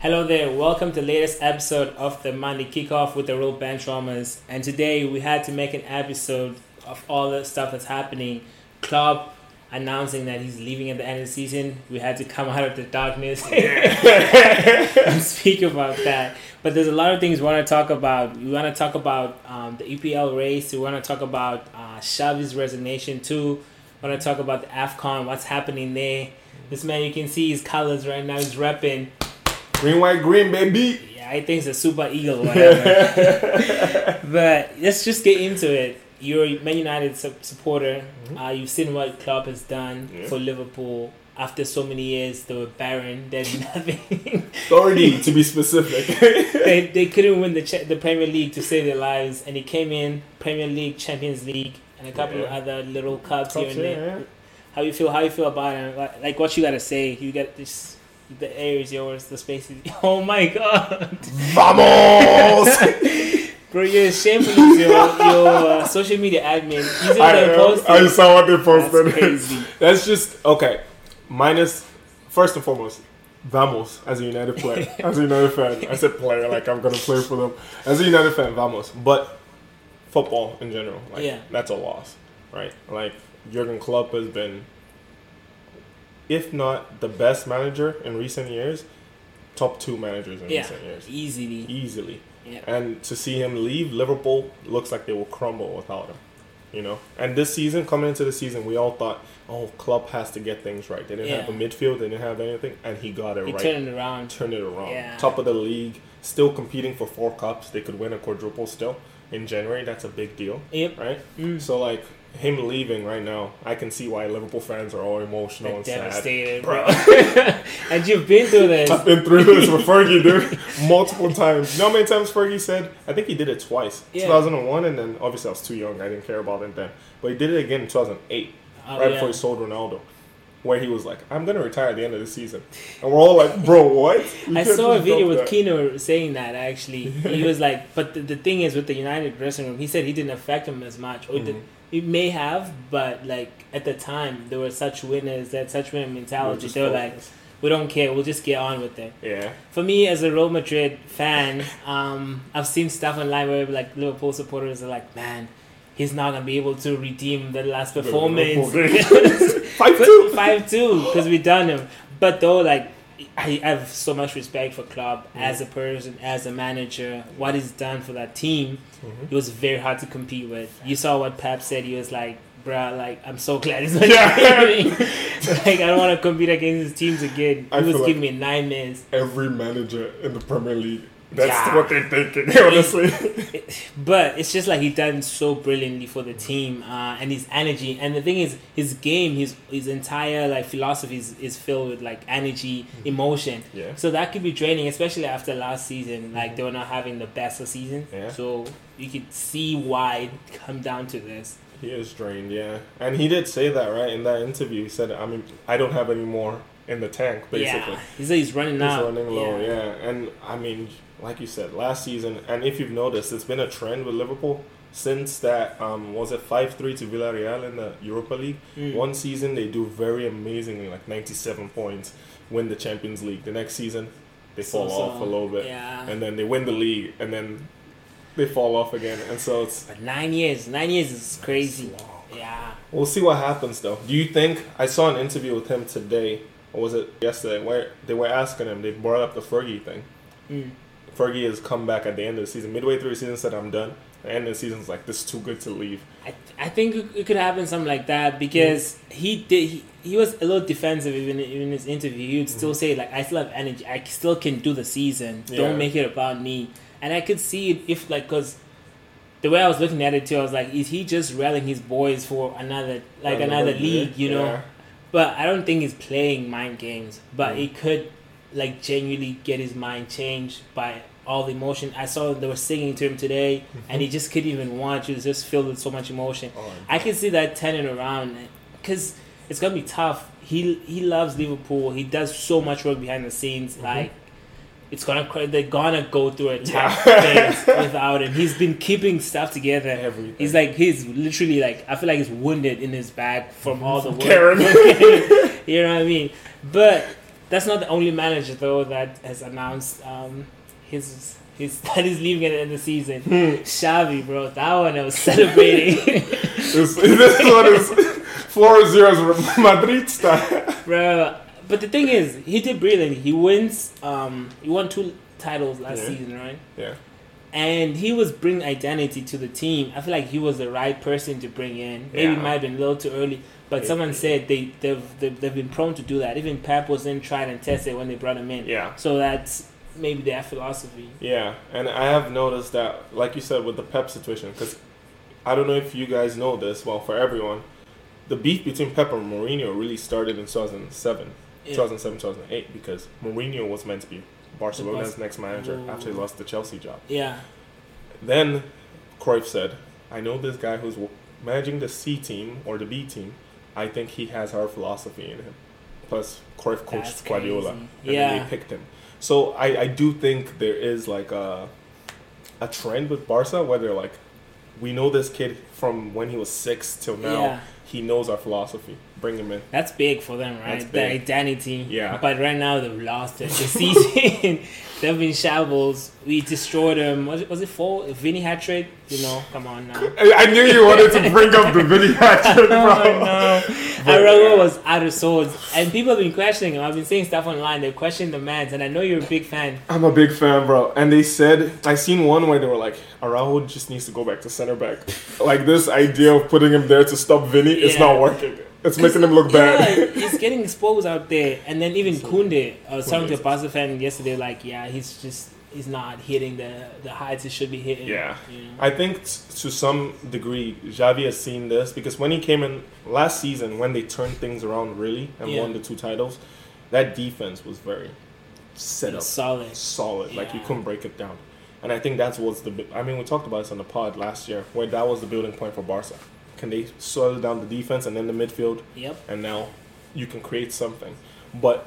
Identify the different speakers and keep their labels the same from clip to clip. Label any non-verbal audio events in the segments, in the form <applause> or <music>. Speaker 1: Hello there, welcome to the latest episode of the Monday Kickoff with the Real Band Dramas. And today we had to make an episode of all the stuff that's happening. Klopp announcing that he's leaving at the end of the season. We had to come <laughs> out of the darkness <laughs> and speak about that. But there's a lot of things we want to talk about. We want to talk about um, the EPL race. We want to talk about uh, Xavi's resignation too. We want to talk about the AFCON, what's happening there. This man, you can see his colors right now. He's repping.
Speaker 2: Green, white, green, baby.
Speaker 1: Yeah, I think it's a super eagle, whatever.
Speaker 2: <laughs>
Speaker 1: but let's just get into it. You're a Man United su- supporter. Uh, you've seen what Klopp has done
Speaker 2: Mm-hmm. Yeah.
Speaker 1: for Liverpool. After so many years, they were barren. There's
Speaker 2: <laughs>
Speaker 1: nothing.
Speaker 2: 30 to be specific.
Speaker 1: they, they couldn't win the cha- the Premier League to save their lives, and he came in Premier League, Champions League, and a couple
Speaker 2: Yeah.
Speaker 1: of other little cups here
Speaker 2: Cups,
Speaker 1: and there.
Speaker 2: yeah.
Speaker 1: How you feel? How you feel about it? Like- Like what you gotta say? You got this. The air is yours. The space is. <laughs> Oh my god.
Speaker 2: Vamos!
Speaker 1: Bro, you're shameful. Your, your uh, social media admin. You did
Speaker 2: I,
Speaker 1: that
Speaker 2: know.
Speaker 1: post.
Speaker 2: I saw what they posted.
Speaker 1: That's
Speaker 2: <laughs>
Speaker 1: crazy.
Speaker 2: That's just okay. Minus first and foremost, vamos as a United
Speaker 1: <laughs>
Speaker 2: player, as a United fan. I said player like I'm gonna play for them. As a United fan, vamos. But football in general, like
Speaker 1: Yeah.
Speaker 2: that's a loss, right? Like Jurgen Klopp has been, if not the best manager in recent years, top two managers in
Speaker 1: Yeah.
Speaker 2: recent years,
Speaker 1: Easily.
Speaker 2: easily.
Speaker 1: Yeah.
Speaker 2: And to see him leave, Liverpool looks like they will crumble without him. You know, and this season, coming into the season, we all thought, "Oh, club has to get things right." They didn't have a
Speaker 1: Yeah.
Speaker 2: midfield, they didn't have anything, and he got it
Speaker 1: You
Speaker 2: right.
Speaker 1: turn it around.
Speaker 2: Turned it around.
Speaker 1: Yeah.
Speaker 2: Top of the league, still competing for four cups. They could win a quadruple still in January. That's a big deal,
Speaker 1: Yep.
Speaker 2: right?
Speaker 1: Mm.
Speaker 2: So like him leaving right now, I can see why Liverpool fans are all emotional
Speaker 1: They're
Speaker 2: and sad.
Speaker 1: devastated,
Speaker 2: Bro.
Speaker 1: <laughs> bro. and you've been through this.
Speaker 2: I've been through this with Fergie, dude, multiple times. You know how many times Fergie said? I think he did it twice.
Speaker 1: Yeah.
Speaker 2: 2001, and then obviously I was too young. I didn't care about it then. But he did it again in 2008,
Speaker 1: Oh,
Speaker 2: right
Speaker 1: yeah.
Speaker 2: before he sold Ronaldo, where he was like, I'm going to retire at the end of the season. And we're all like, bro, what? You
Speaker 1: I
Speaker 2: can't
Speaker 1: saw a
Speaker 2: just
Speaker 1: video
Speaker 2: dump
Speaker 1: with
Speaker 2: that."
Speaker 1: Kino saying that actually. He was like, but the, the thing is with the United dressing room, he said he didn't affect him as much. Or it did,
Speaker 2: Mm-hmm.
Speaker 1: it may have, but like at the time, there were such winners, that such winner
Speaker 2: We're
Speaker 1: mentality.
Speaker 2: just
Speaker 1: They were like,
Speaker 2: focused.
Speaker 1: we don't care, we'll just get on with it.
Speaker 2: yeah.
Speaker 1: For me, as a Real Madrid fan, um, I've seen stuff online where like Liverpool supporters are like, "Man, he's not gonna be able to redeem the last
Speaker 2: The
Speaker 1: performance."
Speaker 2: <laughs>
Speaker 1: <laughs>
Speaker 2: Five two.
Speaker 1: Five two, because we done him. But though, like, I, I have so much respect for Klopp
Speaker 2: Mm-hmm.
Speaker 1: as a person, as a manager, what he's done for that team.
Speaker 2: Mm-hmm.
Speaker 1: It was very hard to compete with. You saw what Pep said. He was like, "Bruh, like, I'm so glad he's not
Speaker 2: Yeah.
Speaker 1: happening. <laughs> like, I don't want to compete against his teams again." He
Speaker 2: I
Speaker 1: was
Speaker 2: feel like-
Speaker 1: giving me nightmares.
Speaker 2: Every manager in the Premier League. That's
Speaker 1: Yeah.
Speaker 2: what they're thinking, <laughs> honestly.
Speaker 1: But it's just like he done so brilliantly for the team, uh, and his energy. And the thing is, his game, his his entire like philosophy is, is filled with like energy, emotion.
Speaker 2: Mm-hmm. yeah. Mm-hmm.
Speaker 1: So that could be draining, especially after last season. Like they were not having the best of season.
Speaker 2: Yeah.
Speaker 1: So you could see why it come down to this.
Speaker 2: He is drained, yeah. And he did say that, right? In that interview, he said, I mean, I don't have any more in the tank, basically.
Speaker 1: Yeah. He said he's running
Speaker 2: He's
Speaker 1: out.
Speaker 2: running low, yeah. And, I mean, like you said, last season, and if you've noticed, it's been a trend with Liverpool since that, um, was it 5 3 to Villarreal in the Europa League?
Speaker 1: Mm.
Speaker 2: One season, they do very amazingly, like 97 points, win the Champions League. The next season, they fall
Speaker 1: So-so.
Speaker 2: off a little bit.
Speaker 1: Yeah.
Speaker 2: And then they win the league, and then they fall off again. And so it's.
Speaker 1: but nine years, nine years is crazy.
Speaker 2: It's long.
Speaker 1: Yeah.
Speaker 2: We'll see what happens though. Do you think I saw an interview with him today or was it yesterday where they were asking him, they brought up the Fergie thing.
Speaker 1: Mm.
Speaker 2: Fergie has come back at the end of the season. Midway through the season said I'm done. The end of the season's like this is too good to leave.
Speaker 1: I, I think it- it could happen something like that because he did he, he was a little defensive even in his interview he would still say like I still have energy I still can do the season
Speaker 2: Yeah.
Speaker 1: don't make it about me and I could see it if like because the way I was looking at it too I was like is he just rallying his boys for another like another league you know
Speaker 2: Yeah.
Speaker 1: but I don't think he's playing mind games but
Speaker 2: Mm.
Speaker 1: he could like genuinely get his mind changed by all the emotion I saw they were singing to him today
Speaker 2: Mm-hmm.
Speaker 1: and he just couldn't even watch he was just filled with so much emotion
Speaker 2: Oh,
Speaker 1: I can see that turning around because it's gonna be tough. He he loves Liverpool. He does so much work behind the scenes. Like it's gonna cra- they're gonna go through a
Speaker 2: <laughs>
Speaker 1: tough
Speaker 2: Mm-hmm. Yeah.
Speaker 1: phase without him. He's been keeping stuff together.
Speaker 2: Everything.
Speaker 1: He's like he's literally like I feel like
Speaker 2: <laughs>
Speaker 1: he's wounded in his back from all the work.
Speaker 2: Karen.
Speaker 1: you know what I mean? But That's not the only manager though that has announced um, his his <laughs> that he's leaving at the end of the season. Xavi, bro, that one I was <laughs> celebrating,
Speaker 2: This, this one is <laughs> 4-0 Madrid style.
Speaker 1: bro. But the thing is, he did brilliantly. He wins. Um, he won two titles last
Speaker 2: Yeah.
Speaker 1: season, right?
Speaker 2: <laughs> Yeah.
Speaker 1: And he was bringing identity to the team. I feel like he was the right person to bring in. Maybe it
Speaker 2: Yeah.
Speaker 1: might have been a little too early, but
Speaker 2: Yeah.
Speaker 1: someone said they they've, they've they've been prone to do that. Even Pep was in tried and tested when they brought him in.
Speaker 2: Yeah.
Speaker 1: So that's maybe their philosophy.
Speaker 2: Yeah, and I have noticed that, like you said, with the Pep situation, because I don't know if you guys know this, well, for everyone, the beef between Pep and Mourinho really started in 2007,
Speaker 1: Yeah.
Speaker 2: 2007, 2008, because Mourinho was meant to be Barcelona's next manager
Speaker 1: Ooh.
Speaker 2: after he lost the Chelsea job.
Speaker 1: Yeah.
Speaker 2: Then Cruyff said, I know this guy who's w- managing the C team or the B team. I think he has our philosophy in him. Plus, Cruyff coached
Speaker 1: That's
Speaker 2: Guardiola.
Speaker 1: crazy.
Speaker 2: And then
Speaker 1: Yeah.
Speaker 2: they picked him. So I, I do think there is like a, a trend with Barca where they're like, we know this kid from when he was six till now.
Speaker 1: Yeah.
Speaker 2: He knows our philosophy. Bring him in.
Speaker 1: That's big for them, right?
Speaker 2: That's
Speaker 1: The
Speaker 2: big.
Speaker 1: identity.
Speaker 2: Yeah.
Speaker 1: But right now they've lost it. The season, <laughs> they've been shambles. We destroyed them. Was it was it four? Vinny Hatred? You know, come on <laughs> now.
Speaker 2: I, I knew you wanted to bring up
Speaker 1: <laughs>
Speaker 2: the video action, bro.
Speaker 1: Oh, no. <laughs>
Speaker 2: But-
Speaker 1: Araujo was out of sorts, and people have been questioning him. I've been seeing stuff online. They're questioning the man's, and I know you're a big fan.
Speaker 2: I'm a big fan, bro. And they said I seen one where they were like, Araujo just needs to go back to center back. like this idea of putting him there to stop Vinny, it's
Speaker 1: Yeah.
Speaker 2: not working. It's making him look bad.
Speaker 1: Yeah, he's getting exposed out there, and then even Kunde. uh, I was talking to a
Speaker 2: Kunde's-
Speaker 1: Barca fan yesterday. Like, yeah, he's just he's not hitting the the heights he should be hitting.
Speaker 2: Yeah.
Speaker 1: You know?
Speaker 2: I think t- to some degree, Xavi has seen this because when he came in last season, when they turned things around really and
Speaker 1: Yeah.
Speaker 2: won the two titles, that defense was very set up,
Speaker 1: He's solid.
Speaker 2: solid. Like you
Speaker 1: Yeah.
Speaker 2: couldn't break it down. And I think that's what's the. bi- I mean, we talked about this on the pod last year, where that was the building point for Barca. Can they slow down the defense and then the midfield?
Speaker 1: Yep.
Speaker 2: and now you can create something. But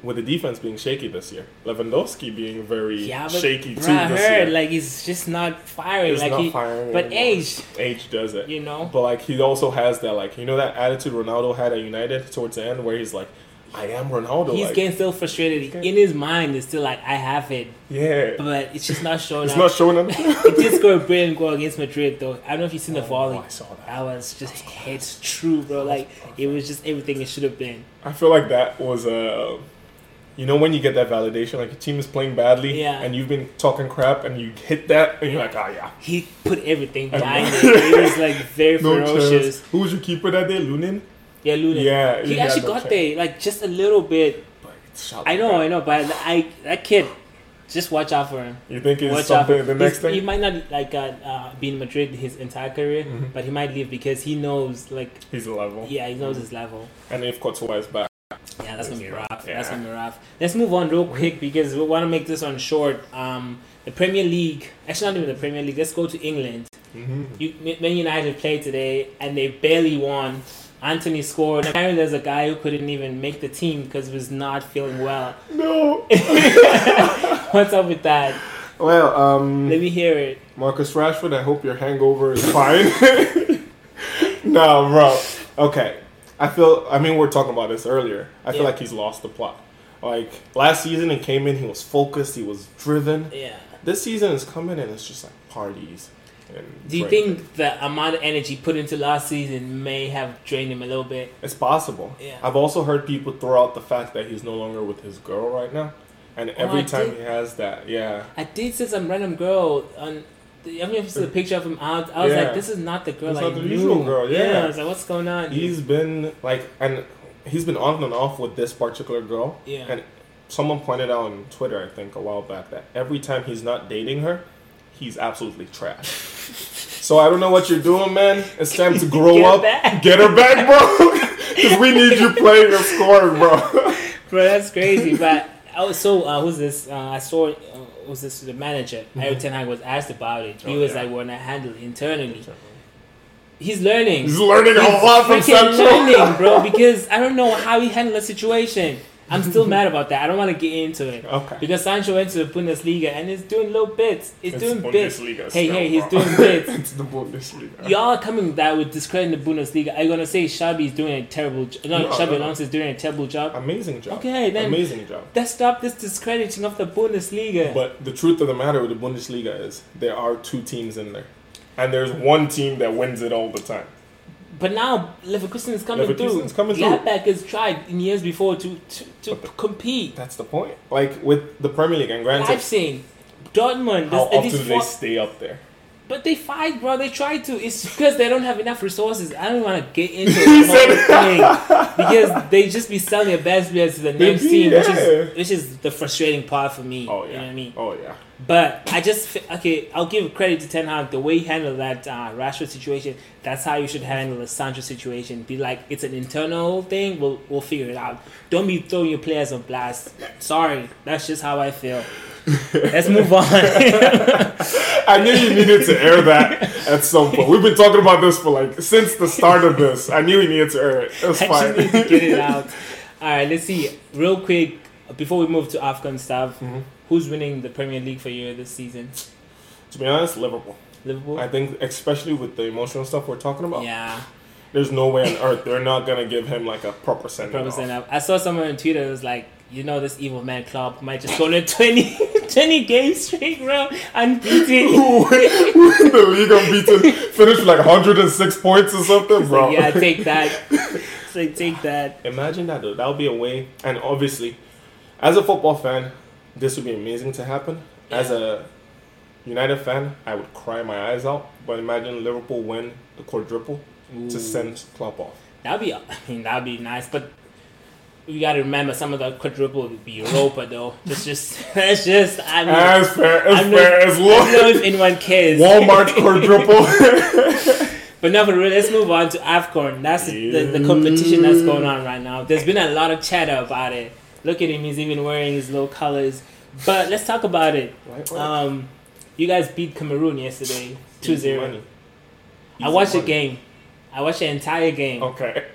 Speaker 2: with the defense being shaky this year, Lewandowski being very
Speaker 1: Yeah, but
Speaker 2: shaky too
Speaker 1: bruh, I
Speaker 2: this
Speaker 1: heard
Speaker 2: year.
Speaker 1: like he's just not firing.
Speaker 2: He's
Speaker 1: like
Speaker 2: not
Speaker 1: he,
Speaker 2: firing
Speaker 1: but
Speaker 2: anymore.
Speaker 1: age,
Speaker 2: age does it.
Speaker 1: you know.
Speaker 2: But like he also has that like you know that attitude Ronaldo had at United towards the end where he's like, I am Ronaldo.
Speaker 1: He's
Speaker 2: like,
Speaker 1: getting still frustrated. In his mind, it's still like I have it,
Speaker 2: yeah,
Speaker 1: but it's just not showing
Speaker 2: it's
Speaker 1: up.
Speaker 2: not
Speaker 1: <laughs>
Speaker 2: showing up.
Speaker 1: he did score a brilliant goal against Madrid, though. I don't know if you've seen the volley.
Speaker 2: Oh, I saw that.
Speaker 1: That was just hits true, bro. Like it was just everything it should have been.
Speaker 2: I feel like that was Uh, you know when you get that validation, like your team is playing badly,
Speaker 1: Yeah.
Speaker 2: and you've been talking crap, and you hit that, and you're like, ah, yeah,
Speaker 1: He put
Speaker 2: <laughs>
Speaker 1: everything
Speaker 2: I
Speaker 1: behind
Speaker 2: know.
Speaker 1: it. It was like very
Speaker 2: no
Speaker 1: ferocious.
Speaker 2: chance. Who was your keeper that day, Lunin?
Speaker 1: Yeah, Luna.
Speaker 2: Yeah,
Speaker 1: he
Speaker 2: had
Speaker 1: actually
Speaker 2: no
Speaker 1: got
Speaker 2: chance.
Speaker 1: there like just a little bit.
Speaker 2: But it's shot
Speaker 1: I
Speaker 2: like
Speaker 1: know,
Speaker 2: that.
Speaker 1: I know, but I that kid, just watch out for him.
Speaker 2: You think it's
Speaker 1: Watch out!
Speaker 2: something the next
Speaker 1: He's-
Speaker 2: thing?
Speaker 1: He might not like uh, uh, be in Madrid his entire career,
Speaker 2: Mhm.
Speaker 1: but he might leave because he knows like
Speaker 2: He's a level.
Speaker 1: yeah he
Speaker 2: Mm-hmm.
Speaker 1: knows his level.
Speaker 2: And if Courtois is back,
Speaker 1: Yeah, that's gonna be rough. That's
Speaker 2: Yeah.
Speaker 1: gonna be rough. Let's move on real quick because we want to make this on short. Um, the Premier League, actually not even the Premier League. Let's go to England.
Speaker 2: Mm-hmm.
Speaker 1: You, M- Man United played today and they barely won. Anthony scored. Apparently, there's a guy who couldn't even make the team because he was not feeling well. <laughs>
Speaker 2: no.
Speaker 1: What's up with that?
Speaker 2: well, um,
Speaker 1: Let me hear it.
Speaker 2: Marcus Rashford, I hope your hangover is fine. <laughs> no, bro. Okay. I feel, I mean, we are talking about this earlier. I feel
Speaker 1: Yeah.
Speaker 2: like he's lost the plot. Like, last season he came in, he was focused, he was driven.
Speaker 1: Yeah.
Speaker 2: This season is coming and it's just like parties. And
Speaker 1: Do you
Speaker 2: drinking.
Speaker 1: think the amount of energy put into last season may have drained him a little bit?
Speaker 2: It's possible.
Speaker 1: Yeah.
Speaker 2: I've also heard people throw out the fact that he's no longer with his girl right now. And every
Speaker 1: Oh, I
Speaker 2: time
Speaker 1: did-
Speaker 2: he has that, yeah.
Speaker 1: I did see some random girl on. The, I mean, if it's a picture of him out, I was
Speaker 2: Uh, Yeah.
Speaker 1: like, "This is not the girl
Speaker 2: It's
Speaker 1: I
Speaker 2: not the
Speaker 1: knew."
Speaker 2: usual girl, yeah.
Speaker 1: I was like, "What's going on?"
Speaker 2: He's been like and he's been on and off with this particular girl.
Speaker 1: Yeah.
Speaker 2: And someone pointed out on Twitter, I think, a while back that every time he's not dating her, he's absolutely trash.
Speaker 1: <laughs>
Speaker 2: so I don't know what you're doing, man. It's time to grow
Speaker 1: Get her
Speaker 2: up.
Speaker 1: back.
Speaker 2: Get her back, bro. <laughs> Because we need you playing and scoring, bro.
Speaker 1: Bro, that's crazy. but I was so uh, who's this? Uh, I saw uh, was this the manager Eric Ten Hag was asked about it. He
Speaker 2: Mm-hmm. Oh,
Speaker 1: was
Speaker 2: yeah.
Speaker 1: like, "We're not handle it internally." He's learning.
Speaker 2: he's learning a
Speaker 1: He's
Speaker 2: lot from
Speaker 1: freaking
Speaker 2: Samuel.
Speaker 1: learning, bro. Because I don't know how he handled the situation. I'm still mad about that. I don't want to get into it.
Speaker 2: Okay.
Speaker 1: Because Sancho went to the Bundesliga and is doing little bits. He's
Speaker 2: It's
Speaker 1: doing bits.
Speaker 2: Bundesliga
Speaker 1: Hey,
Speaker 2: still,
Speaker 1: hey, he's
Speaker 2: bro.
Speaker 1: doing bits.
Speaker 2: <laughs> it's the Bundesliga.
Speaker 1: Y'all are coming that with discrediting the Bundesliga. Are you gonna say Xabi is doing a terrible? Jo- no,
Speaker 2: No,
Speaker 1: Xabi
Speaker 2: no, no.
Speaker 1: Alonso is doing a terrible job.
Speaker 2: Amazing job.
Speaker 1: Okay, then-
Speaker 2: Amazing job.
Speaker 1: Let's stop this discrediting of the Bundesliga.
Speaker 2: But the truth of the matter with the Bundesliga is there are two teams in there, and there's one team that wins it all the time.
Speaker 1: But now Leverkusen is coming through.
Speaker 2: Leverkusen's coming through.
Speaker 1: Gladbach has tried in years before to to, to
Speaker 2: But the-
Speaker 1: compete.
Speaker 2: That's the point. Like with the Premier League and
Speaker 1: I've
Speaker 2: granted,
Speaker 1: seen Dortmund.
Speaker 2: how
Speaker 1: there's at
Speaker 2: often
Speaker 1: least
Speaker 2: do they
Speaker 1: four-
Speaker 2: stay up there?
Speaker 1: but they fight, bro. They try to. It's because they don't have enough resources. I don't want to
Speaker 2: <laughs>
Speaker 1: get into
Speaker 2: He
Speaker 1: the whole thing because they just be selling their best players
Speaker 2: <laughs>
Speaker 1: to the next
Speaker 2: do,
Speaker 1: team, which
Speaker 2: yeah.
Speaker 1: is which is the frustrating part for me.
Speaker 2: Oh yeah.
Speaker 1: you know what I mean.
Speaker 2: Oh yeah.
Speaker 1: But I just fe- okay. I'll give credit to Ten Hag the way he handled that uh, Rashford situation. That's how you should handle the Sancho situation. Be like, it's an internal thing. We'll we'll figure it out. Don't be throwing your players on blast. Sorry, that's just how I
Speaker 2: <laughs>
Speaker 1: feel. Let's move on.
Speaker 2: I knew you needed to air <laughs> that at some point. We've been talking about this for like since the start of this. I knew we needed to air it.
Speaker 1: <laughs>
Speaker 2: It's
Speaker 1: I
Speaker 2: fine.
Speaker 1: just need to get it out. All right, let's see real quick before we move to Afghan stuff.
Speaker 2: Mhm.
Speaker 1: Who's winning the Premier League for you this season?
Speaker 2: To be honest, Liverpool.
Speaker 1: Liverpool.
Speaker 2: I think, especially with the emotional stuff we're talking about,
Speaker 1: yeah,
Speaker 2: there's no way on earth they're not gonna give him like a proper send
Speaker 1: probably
Speaker 2: off.
Speaker 1: saying that. I saw someone on Twitter that was like, you know, this evil man Klopp might just go on a <laughs> 20, 20 game streak, bro,
Speaker 2: <laughs>
Speaker 1: unbeaten.
Speaker 2: Who win who win the league unbeaten, finished like 106 points or something,
Speaker 1: It's like,
Speaker 2: bro.
Speaker 1: yeah, take that. It's like take that.
Speaker 2: Imagine that though. That would be a way, and obviously, as a football fan, this would be amazing to happen. As a United fan, I would cry my eyes out. But imagine Liverpool win the quadruple to send Klopp off.
Speaker 1: That'd be. I mean, that'd be nice, but. We gotta remember some of the quadruple would be Europa though. Just, just, <laughs> that's just. I mean,
Speaker 2: Ah, it's fair. It's
Speaker 1: I'm not-
Speaker 2: fair. it's
Speaker 1: I don't know
Speaker 2: low.
Speaker 1: if anyone cares.
Speaker 2: Walmart
Speaker 1: <laughs>
Speaker 2: quadruple.
Speaker 1: But no, for real, let's move on to AFCON. That's the, the, the competition that's going on right now. There's been a lot of chatter about it. Look at him, he's even wearing his low colors. But let's talk about it.
Speaker 2: Right, right.
Speaker 1: Um, you guys beat Cameroon yesterday 2
Speaker 2: Easy
Speaker 1: 0.
Speaker 2: money.
Speaker 1: I
Speaker 2: Easy
Speaker 1: watched the
Speaker 2: money. Oh.
Speaker 1: game, I watched the entire game.
Speaker 2: Okay.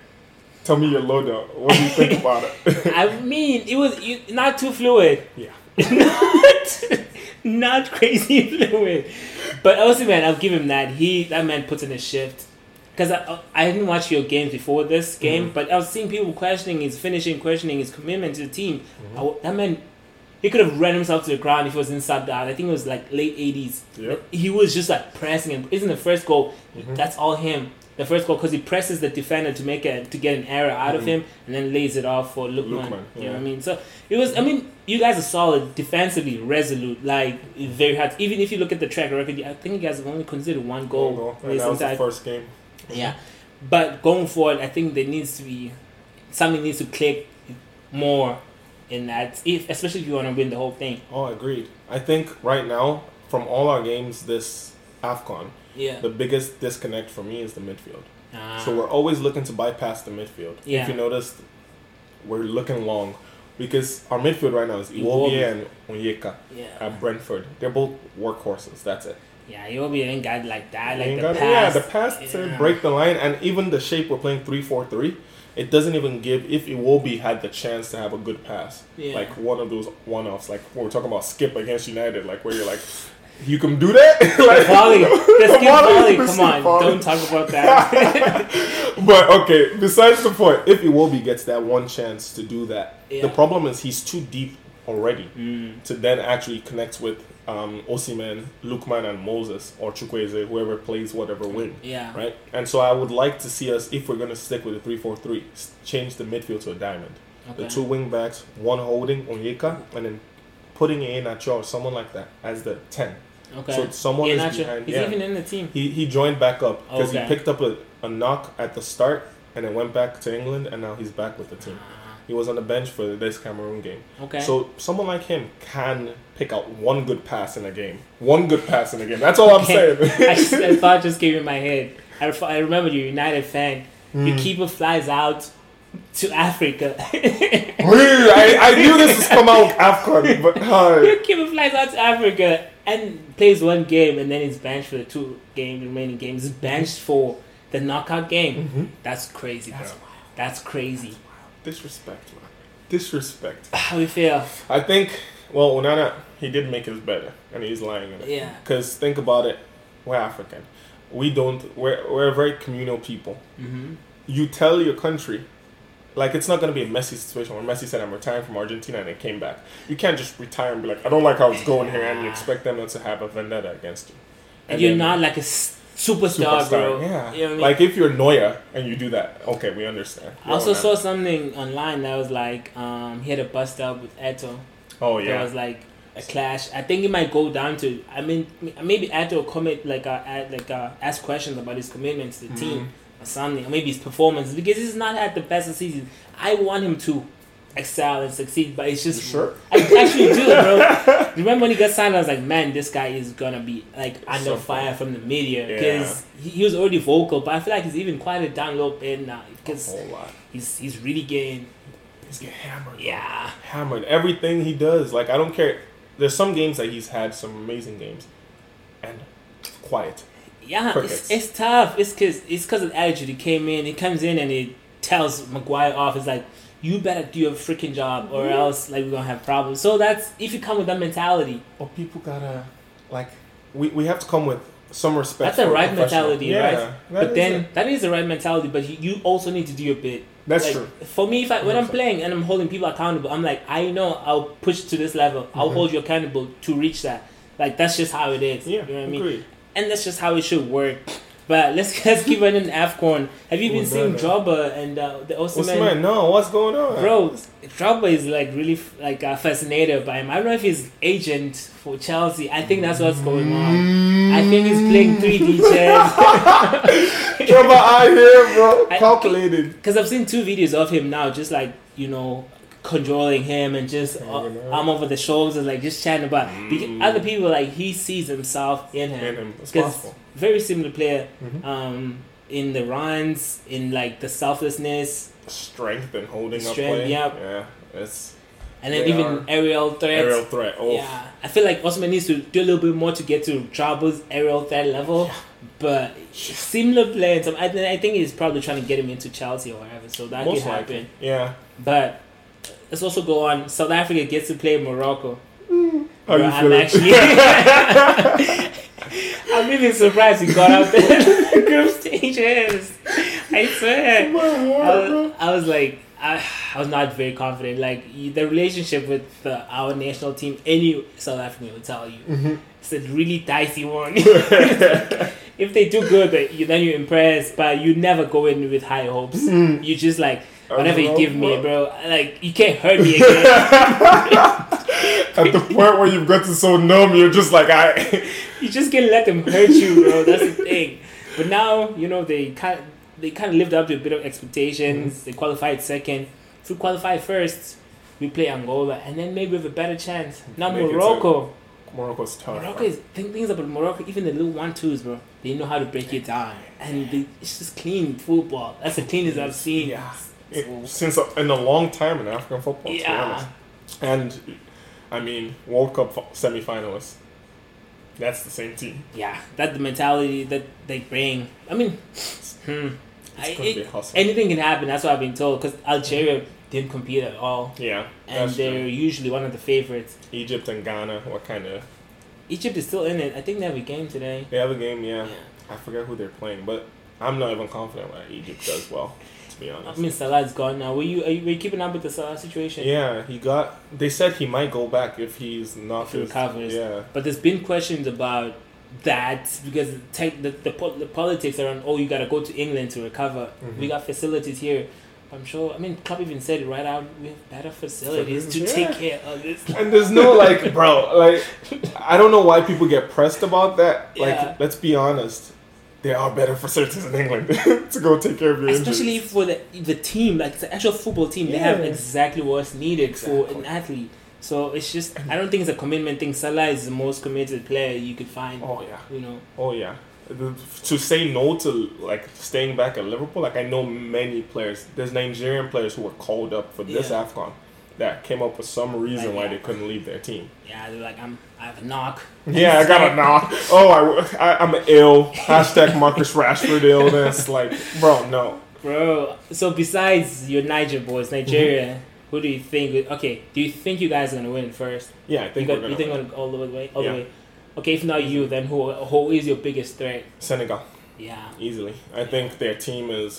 Speaker 2: Tell me your lowdown. What do you think about it?
Speaker 1: <laughs> I mean, it was you, not too fluid.
Speaker 2: <laughs>
Speaker 1: <laughs>
Speaker 2: Yeah.
Speaker 1: not, not crazy <laughs> fluid. But also, man, I'll give him that. He that man puts in a shift. Because I, I didn't watch your games before this game,
Speaker 2: Mm-hmm.
Speaker 1: but I was seeing people questioning his finishing, questioning his commitment to the team.
Speaker 2: Mm-hmm.
Speaker 1: I w that man, he could have ran himself to the ground if he was in sub down. I think it was like late 80s.
Speaker 2: Yep.
Speaker 1: He was just like pressing, and isn't the first goal?
Speaker 2: Mm-hmm.
Speaker 1: That's all him. The first goal because he presses the defender to make a to get an error out of him, and then lays it off for Lukman.
Speaker 2: Mm-hmm. Lookman,
Speaker 1: You know what I
Speaker 2: yeah.
Speaker 1: mean? So it was. I mean, you guys are solid defensively, resolute, like very hard. Even if you look at the track record, I think you guys have only conceded one goal.
Speaker 2: Goal.
Speaker 1: this
Speaker 2: And that was the
Speaker 1: entire-
Speaker 2: first game.
Speaker 1: yeah, but going forward, I think there needs to be something needs to click more in that. If especially if you want to win the whole thing.
Speaker 2: Oh, agreed. I think right now, from all our games this AFCON,
Speaker 1: Yeah.
Speaker 2: the biggest disconnect for me is the midfield.
Speaker 1: Ah.
Speaker 2: So we're always looking to bypass the midfield.
Speaker 1: Yeah.
Speaker 2: If you noticed, we're looking long because our midfield right now is
Speaker 1: Iwobi.
Speaker 2: Iwobi and Onyeka
Speaker 1: yeah.
Speaker 2: at Brentford. They're both workhorses. That's it.
Speaker 1: Yeah, you'll be in guy like that, like
Speaker 2: You
Speaker 1: the
Speaker 2: got-
Speaker 1: pass.
Speaker 2: Yeah, the pass
Speaker 1: Yeah.
Speaker 2: to break the line, and even the shape we're playing three four three. It doesn't even give if Iwobi had the chance to have a good pass,
Speaker 1: Yeah.
Speaker 2: like one of those one offs, like when we're talking about skip against United, like where you're like, you can do that, <laughs> like,
Speaker 1: volley. The skip
Speaker 2: Volley,
Speaker 1: volley.
Speaker 2: <laughs> the
Speaker 1: Come
Speaker 2: skip
Speaker 1: on,
Speaker 2: volley.
Speaker 1: don't talk about that.
Speaker 2: But okay, besides the point, if Iwobi gets that one chance to do that,
Speaker 1: Yeah.
Speaker 2: <laughs> the problem is he's too deep already
Speaker 1: Mm,
Speaker 2: to then actually connect with um, Osiman, Lukman, and Moses or Chukwueze, whoever plays whatever wing.
Speaker 1: yeah.
Speaker 2: Right, and so I would like to see us if we're going to stick with the three-four-three, change the midfield to a diamond.
Speaker 1: Okay.
Speaker 2: The two wing backs, one holding Onyeka, and then putting Iheanacho or someone like that as the ten.
Speaker 1: Okay.
Speaker 2: So someone
Speaker 1: yeah,
Speaker 2: is
Speaker 1: Nacho,
Speaker 2: behind.
Speaker 1: He's
Speaker 2: yeah.
Speaker 1: even in the team.
Speaker 2: He he joined back up because
Speaker 1: Okay.
Speaker 2: he picked up a, a knock at the start and then went back to England and now he's back with the team.
Speaker 1: Ah,
Speaker 2: He was on the bench for this Cameroon game.
Speaker 1: Okay.
Speaker 2: So someone like him can pick out one good pass in a game. One good pass in a game. That's all I'm
Speaker 1: Okay. <laughs>
Speaker 2: <laughs>
Speaker 1: I, just,
Speaker 2: saying.
Speaker 1: the thought just came in my head. I, ref- I remember you, United fan.
Speaker 2: Hmm. Mm.
Speaker 1: Your keeper flies out to Africa. <laughs>
Speaker 2: Really, I, I knew this was come <laughs> out with AFCON, but
Speaker 1: your
Speaker 2: hi.
Speaker 1: keeper flies out to Africa and plays one game, and then is benched for the two game remaining games. Is benched for the knockout game. That's crazy, bro. That's crazy.
Speaker 2: Disrespect, man. disrespect.
Speaker 1: How we feel?
Speaker 2: I think, well, Onana, he did make his bed, and he's lying in it.
Speaker 1: Yeah.
Speaker 2: Because think about it, we're African. We don't, we're, we're a very communal people.
Speaker 1: Mm-hmm.
Speaker 2: You tell your country, like, it's not going to be a messy situation where Messi said, I'm retiring from Argentina and then came back. You can't just retire and be like, I don't like how it's going here, and you expect them not to have a vendetta against you.
Speaker 1: And, you're
Speaker 2: then-
Speaker 1: not like a s- superstar,
Speaker 2: superstar.
Speaker 1: bro.
Speaker 2: Yeah.
Speaker 1: You know what I mean?
Speaker 2: Like if you're Noya and you do that, okay, we understand.
Speaker 1: I also
Speaker 2: You're
Speaker 1: saw something online that was like um, he had a bust up with Eto.
Speaker 2: Oh
Speaker 1: There
Speaker 2: yeah.
Speaker 1: was like a clash. I think it might go down to. I mean, m- maybe Eto commit like uh, add- like uh, ask questions about his commitment
Speaker 2: Mm-hmm.
Speaker 1: to the team or something, or maybe his performance because he's not had the best of season. I want him to excel and succeed, but it's
Speaker 2: You
Speaker 1: just
Speaker 2: sure.
Speaker 1: I actually do, bro. <laughs> Remember when he got signed? I was like, man, this guy is gonna be like under
Speaker 2: Something.
Speaker 1: fire from the media
Speaker 2: Yeah.
Speaker 1: because he, he was already vocal, but I feel like he's even quieted down a little bit now
Speaker 2: A
Speaker 1: because
Speaker 2: whole lot.
Speaker 1: he's he's really getting
Speaker 2: He's getting hammered.
Speaker 1: yeah.
Speaker 2: Hammered. Everything he does, like I don't care. There's some games that he's had some amazing games, and quiet.
Speaker 1: Yeah, it's,
Speaker 2: Crickets.
Speaker 1: it's tough. It's cause it's cause of attitude. He came in, he comes in, and he tells Maguire off. It's like you better do your freaking job, or else like we're gonna have problems. So that's if you come with that mentality.
Speaker 2: But people gotta like we, we have to come with some respect.
Speaker 1: That's the
Speaker 2: for a
Speaker 1: right
Speaker 2: professional.
Speaker 1: mentality,
Speaker 2: yeah,
Speaker 1: right?
Speaker 2: that
Speaker 1: but
Speaker 2: is
Speaker 1: then
Speaker 2: it.
Speaker 1: that is the right mentality. But you, you also need to do your bit.
Speaker 2: that's
Speaker 1: Like,
Speaker 2: true.
Speaker 1: For me, if I when I'm
Speaker 2: 100%.
Speaker 1: playing and I'm holding people accountable, I'm like, I know I'll push to this level. I'll
Speaker 2: Mhm.
Speaker 1: hold you accountable to reach that. Like that's just how it is.
Speaker 2: Yeah,
Speaker 1: you know what I mean.
Speaker 2: agreed.
Speaker 1: And that's just how it should work. But let's <laughs> let's keep it in Afcon. Have you been
Speaker 2: Well,
Speaker 1: seeing
Speaker 2: then,
Speaker 1: Drogba and uh, the
Speaker 2: What's
Speaker 1: Osman?
Speaker 2: man? No, what's going on,
Speaker 1: Bro, Drogba is like really f- like uh, fascinated by him. I don't know if he's agent for Chelsea. I think that's what's going on. I think he's playing three DJs. <laughs>
Speaker 2: Drop my eye here, bro.
Speaker 1: I-
Speaker 2: Calculated.
Speaker 1: Because I've seen two videos of him now, just like you know, controlling him and just uh,
Speaker 2: Hanging out.
Speaker 1: arm over the shoulders, like just chatting about. Because
Speaker 2: Mm.
Speaker 1: other people like he sees himself in
Speaker 2: And
Speaker 1: him.
Speaker 2: um, it's
Speaker 1: 'Cause
Speaker 2: possible.
Speaker 1: Very similar player,
Speaker 2: Mhm.
Speaker 1: um, in the runs, in like the selflessness,
Speaker 2: strength and holding
Speaker 1: Strength,
Speaker 2: up play.
Speaker 1: yep.
Speaker 2: Yeah, it's
Speaker 1: and then
Speaker 2: They
Speaker 1: even
Speaker 2: are
Speaker 1: aerial threats.
Speaker 2: aerial threat. Oh,
Speaker 1: Yeah, I feel like Osman needs to do a little bit more to get to Trabo's aerial threat level, but similar player. and some- I, I think he's probably trying to get him into Chelsea or whatever, so that
Speaker 2: most
Speaker 1: could happen.
Speaker 2: likely. Yeah.
Speaker 1: But let's also go on. South Africa gets to play Morocco.
Speaker 2: How
Speaker 1: Bro,
Speaker 2: you
Speaker 1: I'm
Speaker 2: feeling? <laughs>
Speaker 1: actually. <laughs> I'm even surprised he got out there. <laughs> group stages. I <laughs> swear. I was, I was like, I, I was not very confident. Like the relationship with uh, our national team, any South African will tell you, it's a really dicey one. <laughs> if they do good, then you- then you're impressed, but you never go in with high hopes. You just like whatever you give me, bro. Like you can't hurt me again.
Speaker 2: At the point where you've gotten so numb, you're just like, I. <laughs>
Speaker 1: you just can't let them hurt you, bro. That's the thing. But now you know they kind they kind of lived up to a bit of expectations.
Speaker 2: Mm-hmm.
Speaker 1: They qualified second. If we qualify first, we play Angola, and then maybe we have a better chance. Now
Speaker 2: Mm-hmm. Make it to-
Speaker 1: Morocco,
Speaker 2: Morocco's tough.
Speaker 1: Morocco is think things about Morocco. Even the little one twos, bro. They know how to break it down, and they, it's just clean football. That's the cleanest I've seen.
Speaker 2: Yeah.
Speaker 1: So-
Speaker 2: It, since a- in a long time in African football, to be
Speaker 1: yeah.
Speaker 2: honest. And I mean, World Cup semifinalists. That's the same team.
Speaker 1: yeah, that the mentality that they bring. I mean, hmm, I,
Speaker 2: It's gonna be
Speaker 1: it-
Speaker 2: a hustle.
Speaker 1: anything can happen. That's what I've been told. Because Algeria didn't compete at all,
Speaker 2: yeah,
Speaker 1: and
Speaker 2: that's
Speaker 1: they're
Speaker 2: true.
Speaker 1: usually one of the favorites.
Speaker 2: Egypt and Ghana. What kind of?
Speaker 1: Egypt is still in it. I think they have a game today.
Speaker 2: They have a game. Yeah,
Speaker 1: Yeah.
Speaker 2: I forget who they're playing, but I'm not even confident why Egypt does well. To be honest.
Speaker 1: I mean, Salah's gone now. Were you are you, were you keeping up with the Salah situation?
Speaker 2: Yeah, he got. They said he might go back if he's not.
Speaker 1: If he
Speaker 2: his-
Speaker 1: recovers.
Speaker 2: Yeah,
Speaker 1: But there's been questions about that because the tech, the, the, po- the politics around oh you gotta go to England to recover.
Speaker 2: Mhm.
Speaker 1: We got facilities here. I'm sure. I mean, club even said it right out. We have better facilities to
Speaker 2: Facilities,
Speaker 1: take
Speaker 2: yeah.
Speaker 1: care of this.
Speaker 2: and there's no <laughs> like, bro. Like, I don't know why people get pressed about that. Like,
Speaker 1: Yeah.
Speaker 2: let's be honest. There are better facilities in England <laughs> to go take care of your
Speaker 1: especially
Speaker 2: injuries.
Speaker 1: for the the team, like the actual football team, they have
Speaker 2: Yeah.
Speaker 1: exactly what's needed for an
Speaker 2: Exactly.
Speaker 1: athlete. So it's just I don't think it's a commitment thing. Salah is the most committed player you could find.
Speaker 2: Oh yeah,
Speaker 1: You know,
Speaker 2: oh yeah. The- To say no to like staying back at Liverpool, like I know many players. There's Nigerian players who were called up for this
Speaker 1: Yeah.
Speaker 2: Afcon that came up with some reason why they couldn't leave their
Speaker 1: <laughs>
Speaker 2: team.
Speaker 1: yeah, they're like I'm I have a knock.
Speaker 2: Yeah, I
Speaker 1: <laughs>
Speaker 2: got a knock. Oh, I, I, I'm ill. Hashtag Marcus
Speaker 1: <laughs>
Speaker 2: Rashford illness. Like, bro, no. Mm-hmm.
Speaker 1: bro. So besides your Niger boys, Nigeria, Who do you think? would- Okay, do you think you guys are gonna win first?
Speaker 2: Yeah, I think
Speaker 1: you
Speaker 2: we're
Speaker 1: got,
Speaker 2: gonna
Speaker 1: you think
Speaker 2: win.
Speaker 1: on all the way, all
Speaker 2: Yeah.
Speaker 1: the way. Okay, if not you, then who? Who is your biggest threat?
Speaker 2: Senegal
Speaker 1: Yeah,
Speaker 2: easily. I think their team is,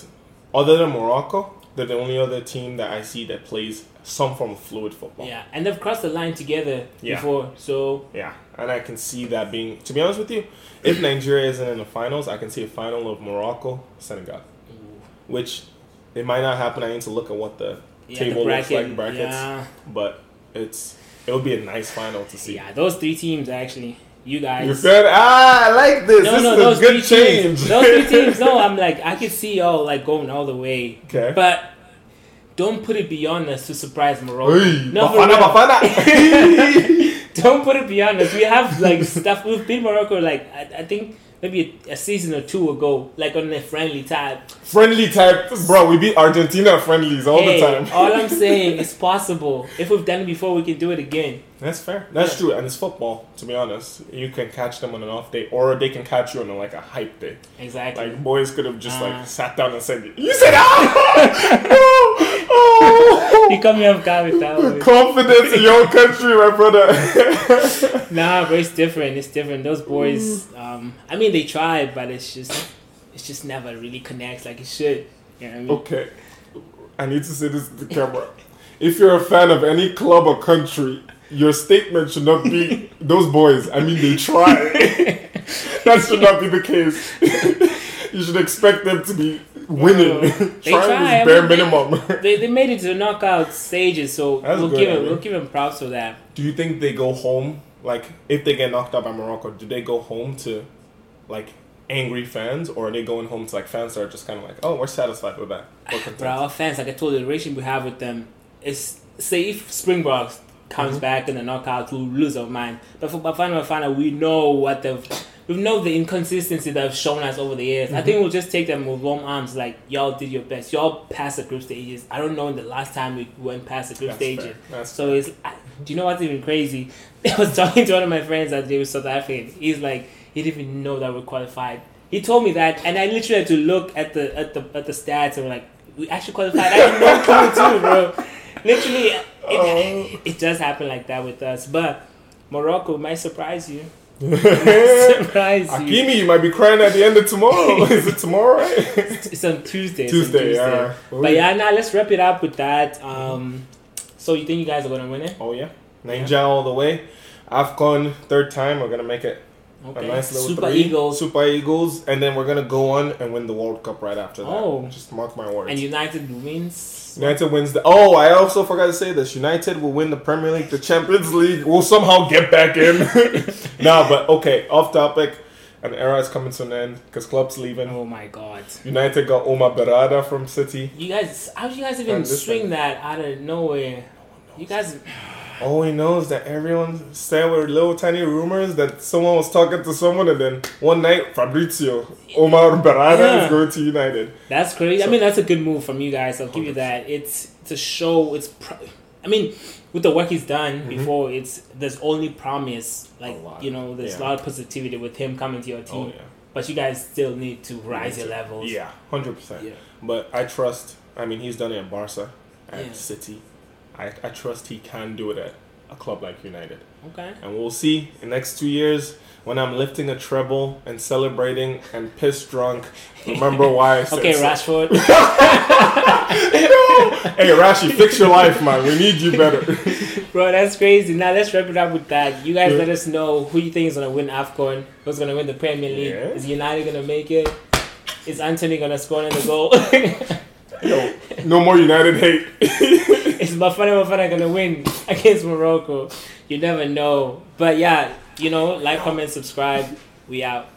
Speaker 2: other than Morocco, they're the only other team that I see that plays some form of fluid football.
Speaker 1: yeah, and they've crossed the line together
Speaker 2: Yeah.
Speaker 1: before, so
Speaker 2: Yeah, and I can see that being. To be honest with you, if Nigeria isn't in the finals, I can see a final of Morocco, Senegal, which it might not happen. I need to look at what the
Speaker 1: yeah,
Speaker 2: table
Speaker 1: the
Speaker 2: looks
Speaker 1: bracket,
Speaker 2: like brackets,
Speaker 1: yeah,
Speaker 2: but it's it would be a nice final to see.
Speaker 1: yeah, those three teams actually. You guys,
Speaker 2: You said ah, I like this. this is a good
Speaker 1: three
Speaker 2: change.
Speaker 1: Teams, those
Speaker 2: <laughs>
Speaker 1: three teams, no, I'm like, I could see y'all like going all the way,
Speaker 2: okay.
Speaker 1: but don't put it beyond us to surprise Morocco.
Speaker 2: Hey,
Speaker 1: No, for
Speaker 2: Bafana,
Speaker 1: real. <laughs>
Speaker 2: Bafana. <laughs>
Speaker 1: Don't put it beyond us. We have like stuff. We've been Morocco like I, I think maybe a, a season or two ago, like on a friendly type.
Speaker 2: friendly type, bro. We beat Argentina friendlies all
Speaker 1: hey,
Speaker 2: the time.
Speaker 1: all
Speaker 2: <laughs>
Speaker 1: I'm saying is possible. If we've done it before, we can do it again.
Speaker 2: That's fair. That's
Speaker 1: Yeah.
Speaker 2: true, and it's football. To be honest, you can catch them on an off day, or they can catch you on like a hype day.
Speaker 1: Exactly.
Speaker 2: Like boys could have just
Speaker 1: Ah.
Speaker 2: like sat down and said, "You said ah, <laughs> no, oh,
Speaker 1: you come here, off guard with
Speaker 2: <laughs>
Speaker 1: that.
Speaker 2: the
Speaker 1: one.
Speaker 2: confidence in your country, my brother." <laughs>
Speaker 1: Nah, but it's different. It's different. Those boys. Um, I mean, they try, but it's just, it's just never really connects like it should. You know what I mean?
Speaker 2: okay, I need to say this to the camera. If you're a fan of any club or country, your statement should not be those boys. I mean, they try. <laughs> that should not be the case. <laughs> you should expect them to be winning. <laughs>
Speaker 1: Well,
Speaker 2: Trying
Speaker 1: they try, I
Speaker 2: is bare
Speaker 1: mean, they-
Speaker 2: minimum.
Speaker 1: <laughs> They, they made it to the knockout stages, so
Speaker 2: That's
Speaker 1: we'll
Speaker 2: good,
Speaker 1: give
Speaker 2: I
Speaker 1: them
Speaker 2: mean.
Speaker 1: we'll give them props for that.
Speaker 2: <laughs> Do you think they go home? Like, if they get knocked out by Morocco, do they go home to, like, angry fans, or are they going home to like fans that are just kind of like, oh, we're satisfied with that. We're content.
Speaker 1: Bro, our fans, like I told you, the relation we have with them is say if Springboks comes
Speaker 2: Mm-hmm.
Speaker 1: back in the knockout, we'll lose our mind. But for Bafana Bafana, we know what they've we know the inconsistency they've shown us over the years.
Speaker 2: Mm-hmm.
Speaker 1: I think we'll just take them with warm arms, like y'all did your best. Y'all passed the group stages. I don't know when the last time we went past the group
Speaker 2: That's
Speaker 1: stages.
Speaker 2: fair. That's <laughs>
Speaker 1: So it's, I, do you know what's even crazy? <laughs> I was talking to one of my friends that they were South African. He's like, he didn't even know that we're qualified. He told me that, and I literally had to look at the at the at the stats and like, we actually qualified. I had no clue too, bro. Literally, it,
Speaker 2: Oh.
Speaker 1: it does happen like that with us. But Morocco might surprise
Speaker 2: <laughs>
Speaker 1: you. <laughs> surprise you.
Speaker 2: Akimi, you might be crying at the end of <laughs> tomorrow. Is it tomorrow? Right?
Speaker 1: It's on Tuesday. it's on
Speaker 2: <laughs> Tuesday. Yeah.
Speaker 1: But yeah, now let's wrap it up with that. Um, so you think you guys are gonna win it?
Speaker 2: Oh yeah, Ninja all the way. Afcon third time. We're gonna make it
Speaker 1: Okay.
Speaker 2: a nice little
Speaker 1: Super
Speaker 2: three.
Speaker 1: Eagles.
Speaker 2: Super Eagles, and then we're gonna go on and win the World Cup right after that.
Speaker 1: Oh.
Speaker 2: just mark my words.
Speaker 1: And United wins.
Speaker 2: United wins the. Oh, I also forgot to say this. United will win the Premier League, the Champions League. We'll somehow get back in. <laughs> no, but okay. Off topic. An era is coming to an end because clubs leaving.
Speaker 1: Oh my god.
Speaker 2: United got Omar Berada from City.
Speaker 1: You guys, how you guys
Speaker 2: And
Speaker 1: even
Speaker 2: this
Speaker 1: swing
Speaker 2: one.
Speaker 1: that out of nowhere? You guys,
Speaker 2: All he knows that everyone said were little tiny rumors that someone was talking to someone, and then one night Fabrizio Omar Berada
Speaker 1: Yeah.
Speaker 2: is going to United.
Speaker 1: that's crazy. I
Speaker 2: So-
Speaker 1: mean, that's a good move from you guys. I'll give you that. It's to show it's. Pro- I mean, with the work he's done before, it's there's only promise. Like
Speaker 2: Mm-hmm. lot.
Speaker 1: you know, there's a
Speaker 2: Yeah.
Speaker 1: lot of positivity with him coming to your team.
Speaker 2: Oh yeah,
Speaker 1: But you guys still need to rise your levels.
Speaker 2: yeah, hundred percent.
Speaker 1: Yeah.
Speaker 2: But I trust. I mean, he's done it at Barca, at
Speaker 1: Yeah.
Speaker 2: City. I, I trust he can do it at a club like United,
Speaker 1: Okay.
Speaker 2: and we'll see in next two years when I'm lifting a treble and celebrating and pissed drunk.
Speaker 1: <laughs>
Speaker 2: Remember why? I said
Speaker 1: Okay,
Speaker 2: so.
Speaker 1: Rashford.
Speaker 2: Hey, Rashi, fix your life, man. We need you
Speaker 1: <laughs>
Speaker 2: better.
Speaker 1: Bro, that's crazy. Now let's wrap it up with that. You guys
Speaker 2: Yeah.
Speaker 1: let us know who you think is gonna win AFCON, who's gonna win the Premier League,
Speaker 2: Yeah.
Speaker 1: is United gonna make it? Is Anthony gonna score another goal? <laughs>
Speaker 2: Yo, no more United hate.
Speaker 1: <laughs> is Bafana Bafana gonna win against Morocco? You never know. But yeah, you know, like, comment, subscribe. We out.